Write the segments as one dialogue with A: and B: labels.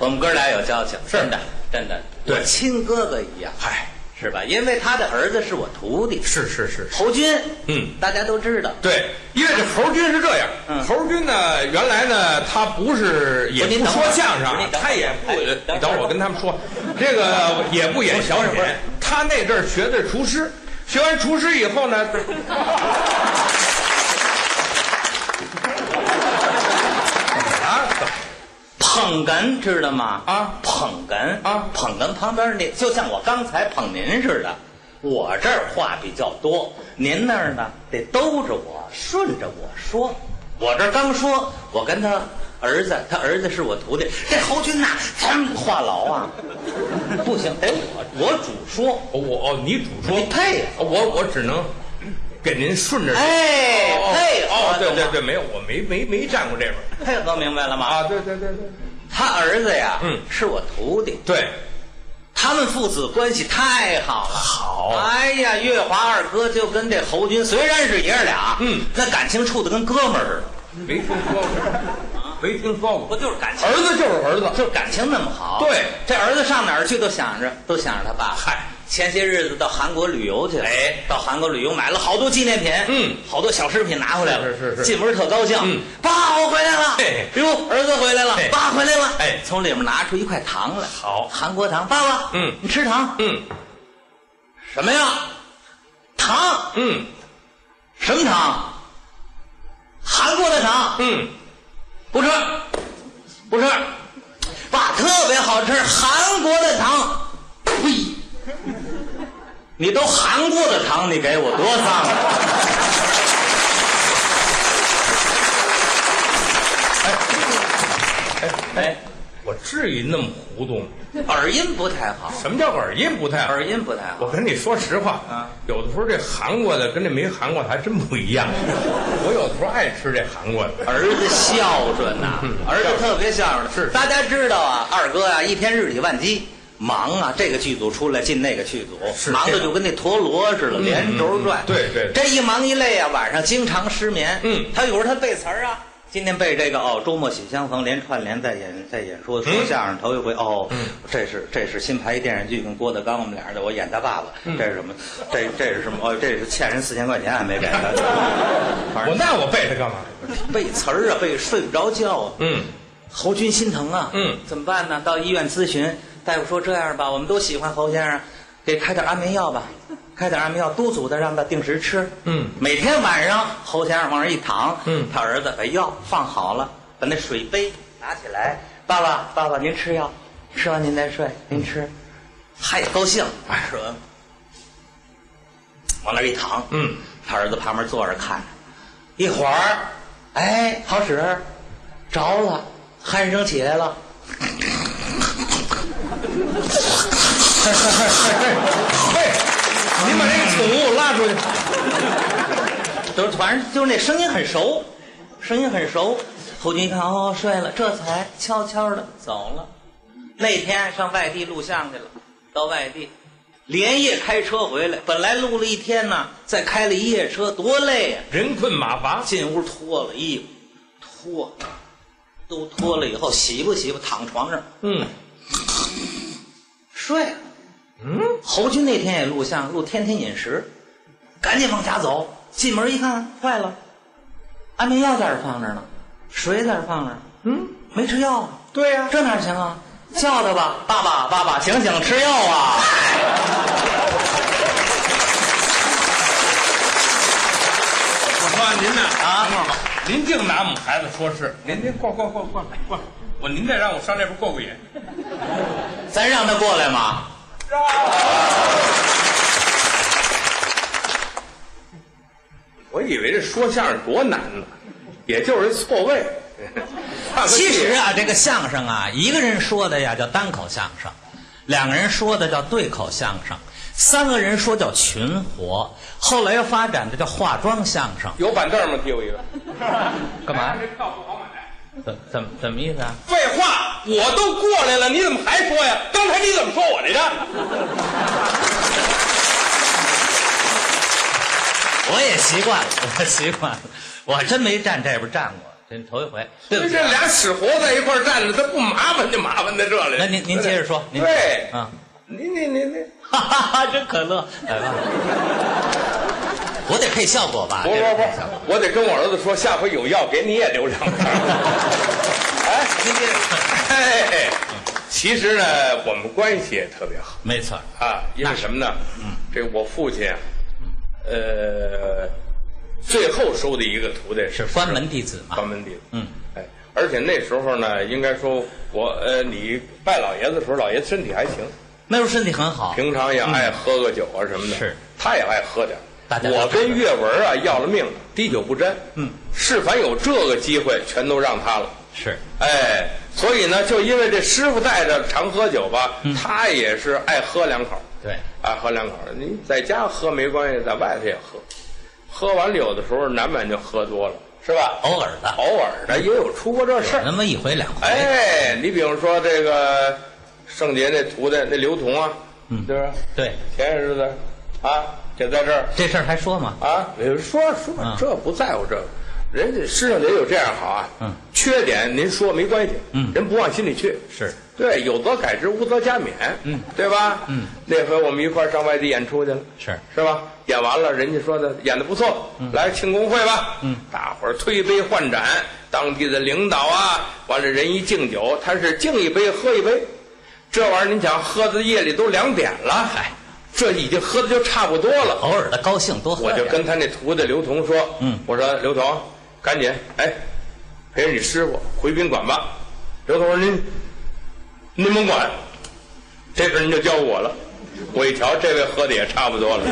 A: 我们哥俩有交情，真的真的，
B: 对
A: 我亲哥哥一样，
B: 嗨，
A: 是吧？因为他的儿子是我徒弟
B: 是是是，
A: 侯军，
B: 嗯，
A: 大家都知道，
B: 对，因为这侯军是这样，
A: 嗯
B: 侯军呢，原来呢，他不是也
A: 不您
B: 不
A: 等
B: 说
A: 会儿
B: 相声
A: 不是
B: 啊
A: 您，等会儿
B: 他也不
A: 哎，
B: 你
A: 等
B: 等
A: 会
B: 会
A: 儿
B: 儿我跟他们说，这个也不演小
A: 不是不是
B: 品，他那阵儿学的是厨师，学完厨师以 后呢， 啊，怎么
A: 捧哏知道吗？
B: 啊
A: 捧哏
B: 啊
A: 捧哏旁边那就像我刚才捧您似的，我这儿话比较多，您那儿呢得兜着我，顺着我说。我这儿刚说，我跟他儿子，他儿子是我徒弟，这侯军呐、咱们话痨啊，不行，得我我主说，
B: 我哦，你主
A: 你
B: 说，
A: 配啊合。
B: 我我只能给您顺着说。
A: 哎，配合，
B: 哦，对
A: 懂吗
B: 对对，没有，我没没没站过这边儿
A: 配合明白了吗？
B: 啊，对对对对
A: 他儿子呀，
B: 嗯
A: 是我徒弟，
B: 对，
A: 他们父子关系太好了。
B: 好
A: 哎呀，月华二哥就跟这侯军虽然是爷儿俩，
B: 嗯
A: 那感情处的跟哥们儿似的。
B: 没听说过，没听说过，
A: 就是感
B: 儿子就是儿子，
A: 就是感情那么好。
B: 对
A: 这儿子上哪儿去都想着都想着他爸。
B: 嗨，
A: 前些日子到韩国旅游去了，
B: 哎，
A: 到韩国旅游买了好多纪念品，
B: 嗯，
A: 好多小饰品拿回来了，
B: 是是是
A: 进门特高兴，
B: 嗯，
A: 爸，我回来了
B: 哎，
A: 哟，儿子回来了
B: 哎，
A: 爸回来了，
B: 哎
A: 从里面拿出一块糖来，
B: 好
A: 韩国糖，爸爸，
B: 嗯
A: 你吃糖
B: 嗯
A: 什么呀？糖
B: 嗯
A: 什么糖？韩国的糖，
B: 嗯，
A: 不吃，不吃，爸特别好吃，韩国的糖，呸！你都韩国的糖，你给我多脏啊！哎，
B: 我至于那么糊涂吗？
A: 耳音不太好，
B: 什么叫耳音不太好？
A: 耳音不太好
B: 我。跟你说实话
A: 啊，
B: 有的时候这韩国的跟这没韩国的还真不一样。我有的时候爱吃这韩国的，
A: 儿子孝顺呐、儿子特别孝顺。
B: 嗯是是
A: 大家知道啊，二哥啊，一天日理万机，忙啊，这个剧组出来进那个剧组，
B: 是
A: 忙
B: 这
A: 的
B: 样
A: 就跟那陀螺似的，连轴转。
B: 嗯对对
A: 这一忙一累啊，晚上经常失眠。
B: 嗯
A: 他有时候他背词儿啊。今天背这个哦，周末喜相逢，连串联在演在演说说
B: 嗯
A: 相声头一回哦，这是这是新拍一电视剧，跟郭德纲我们俩人的，我演他爸爸，
B: 嗯
A: 这是什么？这这是什么？哦，这是欠人四千块钱还没 给他，反
B: 我
A: 正
B: 那我背它干嘛？
A: 背词儿啊，背睡不着觉啊。
B: 嗯，
A: 侯军心疼啊，
B: 嗯，
A: 怎么办呢？到医院咨询，大夫说这样吧，我们都喜欢侯先生，给开点安眠药吧，开点安眠药，督促他让他定时吃，
B: 嗯，
A: 每天晚上侯先生往那儿一躺，
B: 嗯
A: 他儿子把药放好了，把那水杯拿起来，爸爸，爸爸，您吃药，吃完您再睡，您吃，他也高兴，哎，说往那儿一躺，
B: 嗯，
A: 他儿子旁边坐着看着，一会儿，哎，好使，着了，鼾声起来了。
B: 嘿，您把这个宠物拉出去。
A: 就是反正就是那声音很熟，声音很熟。侯军一看，哦，睡了，这才悄悄的走了。那天上外地录像去了，到外地，连夜开车回来。本来录了一天呢，再开了一夜车，多累呀、
B: 人困马乏，
A: 进屋脱了衣服，脱，都脱了以后洗吧洗吧，躺床上
B: 嗯
A: 睡了。
B: 嗯，
A: 侯军那天也录像，录《天天饮食》，赶紧往家走。进门一看，坏了，安眠药在这儿放着呢，水在这儿放着，
B: 嗯，
A: 没吃药啊，
B: 对呀、
A: 这哪行啊？叫他吧，爸爸，爸爸，醒醒，吃药啊！
B: 我说您呢
A: 啊
B: 等会儿吧您净拿我们孩子说事。您您过过过过过，我您再让我上这边过过瘾。
A: 咱让他过来嘛。
B: 我以为这说相声多难呢，也就是错位。
A: 其实啊，这个相声啊，一个人说的呀叫单口相声，两个人说的叫对口相声，三个人说叫群活，后来又发展的叫化妆相声。
B: 有板凳吗？给 E？我一个。
A: 干嘛？
B: 这票不好买。
A: 怎怎么怎么意思啊？
B: 废话，我都过来了，你怎么还说呀？刚才你怎么说我来着？
A: 我也习惯了，我习惯了，我真没站这边站过。这头一回，对不
B: 这
A: 起
B: 这
A: 啊。
B: 俩死活在一块儿站着，他不麻烦就麻烦在这里。
A: 那您您接着说，您
B: 对，
A: 啊，
B: 你你你你，
A: 哈哈哈，真可乐，来吧，我得配效果吧？
B: 不不
A: 这是配效果
B: 不，我得跟我儿子说，下回有药给你也留两瓶。 哎，
A: 您接着说，
B: 哎，其实呢，我们关系也特别好
A: 没错，
B: 啊，因为什么呢？这我父亲啊，呃，最后收的一个徒弟
A: 是关门弟子嘛？
B: 关门弟子。
A: 嗯，
B: 哎，而且那时候呢，应该说我呃，你拜老爷子的时候，老爷子身体还行，
A: 那时候身体很好，
B: 平常也爱喝个酒啊什么的。
A: 是，
B: 他也爱喝点儿。
A: 大家都
B: 我跟岳文啊要了命，滴酒不沾。
A: 嗯，
B: 是凡有这个机会，全都让他了。
A: 是
B: 哎，所以呢，就因为这师傅带着常喝酒吧，
A: 嗯
B: 他也是爱喝两口，
A: 对，
B: 爱喝两口。你在家喝没关系，在外头也喝，喝完了有的时候难免就喝多了，是吧？
A: 偶尔的，
B: 偶尔的也有出过这事儿
A: 那。么一回两回，
B: 哎，你比如说这个圣杰那徒弟那刘同啊，
A: 嗯
B: 就是
A: 对，
B: 前些日子啊，就在这儿
A: 这事儿还说吗？
B: 啊，你说说
A: 嗯
B: 这不在乎这个，人家师上得有这样好啊，
A: 嗯，
B: 缺点您说没关系，
A: 嗯
B: 人不往心里去，
A: 是
B: 对，有则改之，无则加勉，
A: 嗯，
B: 对吧？
A: 嗯，
B: 那回我们一块儿上外地演出去了，
A: 是
B: 是吧？演完了，人家说的演的不错，来庆功会吧。
A: 嗯，
B: 大伙儿推杯换盏，当地的领导啊，完了人一敬酒，他是敬一杯喝一杯，这玩意儿您想喝到夜里都两点了，嗨，这已经喝的就差不多了。
A: 哎偶尔的高兴多喝
B: 我
A: 点
B: 就跟他那徒弟刘同说，
A: 嗯
B: 我说刘同，赶紧，哎，陪着你师傅回宾馆吧。刘同说您，您甭管，这事儿您就交我了。我一瞧，这位喝的也差不多了。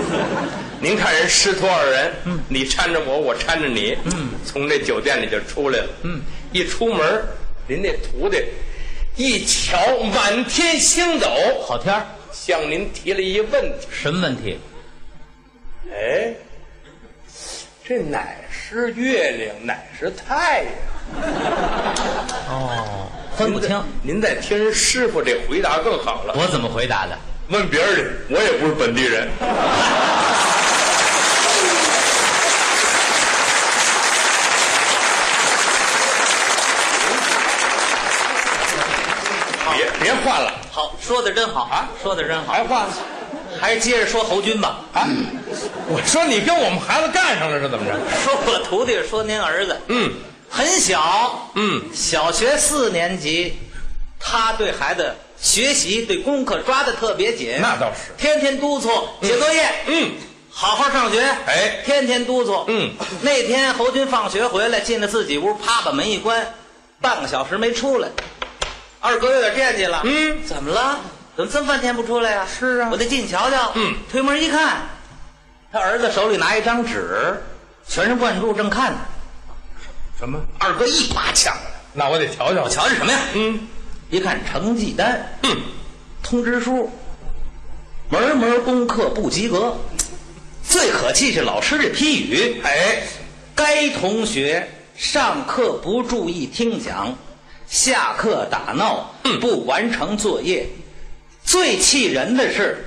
B: 您看人师徒二人，嗯，你搀着我，我搀着你，嗯，从这酒店里就出来了，嗯，一出门儿，您那徒弟一瞧满天星斗，
A: 好天儿，
B: 向您提了一问题。
A: 什么问题？
B: 哎，这哪是月亮，哪是太阳？
A: 哦，分不清，
B: 您再听人师傅这回答更好了。
A: 我怎么回答的？
B: 问别人去，我也不是本地人。别别换了，
A: 好，说的真好啊，说的真好，
B: 还换
A: 还是接着说侯军吧。
B: 啊？我说你跟我们孩子干上了是怎么着？
A: 说我徒弟，说您儿子，
B: 嗯
A: 很小，
B: 嗯，
A: 小学四年级，他对孩子学习、对功课抓的特别紧，
B: 那倒是。
A: 天天督促写作业，
B: 嗯，
A: 好好上学，
B: 哎
A: 天天督促，
B: 嗯。
A: 那天侯军放学回来，进了自己屋，啪把门一关，半个小时没出来。二哥有点惦记了，
B: 嗯
A: 怎么了？怎么这么半天不出来呀、
B: 是啊
A: 我得进去瞧瞧。
B: 嗯，
A: 推门一看，他儿子手里拿一张纸，全神贯注正看呢。
B: 什么？啊
A: 二哥一把抢过来，
B: 那我得瞧瞧
A: 我。瞧瞧什么呀？
B: 嗯
A: 一看成绩单，
B: 嗯。
A: 通知书，门门功课不及格。最可气是老师这批语，
B: 哎，
A: 该同学上课不注意听讲，下课打闹，不完成作业。最气人的是，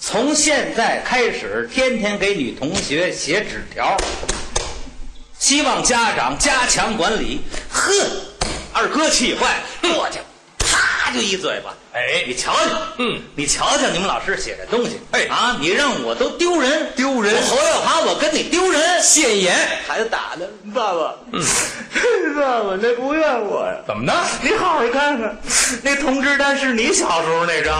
A: 从现在开始，天天给女同学写纸条，希望家长加强管理。呵，二哥气坏，过去，啪就一嘴巴。
B: 哎
A: 你瞧瞧，
B: 嗯，
A: 你瞧瞧你们老师写的东西，
B: 哎
A: 啊，你让我都丢人，
B: 丢人
A: 我侯耀华，我跟你丢人，
B: 谏言
A: 孩子打的，爸爸，
B: 嗯
A: 爸爸，那不怨我呀。
B: 怎么呢？
A: 你好好看看，那通知单是你小时候那张，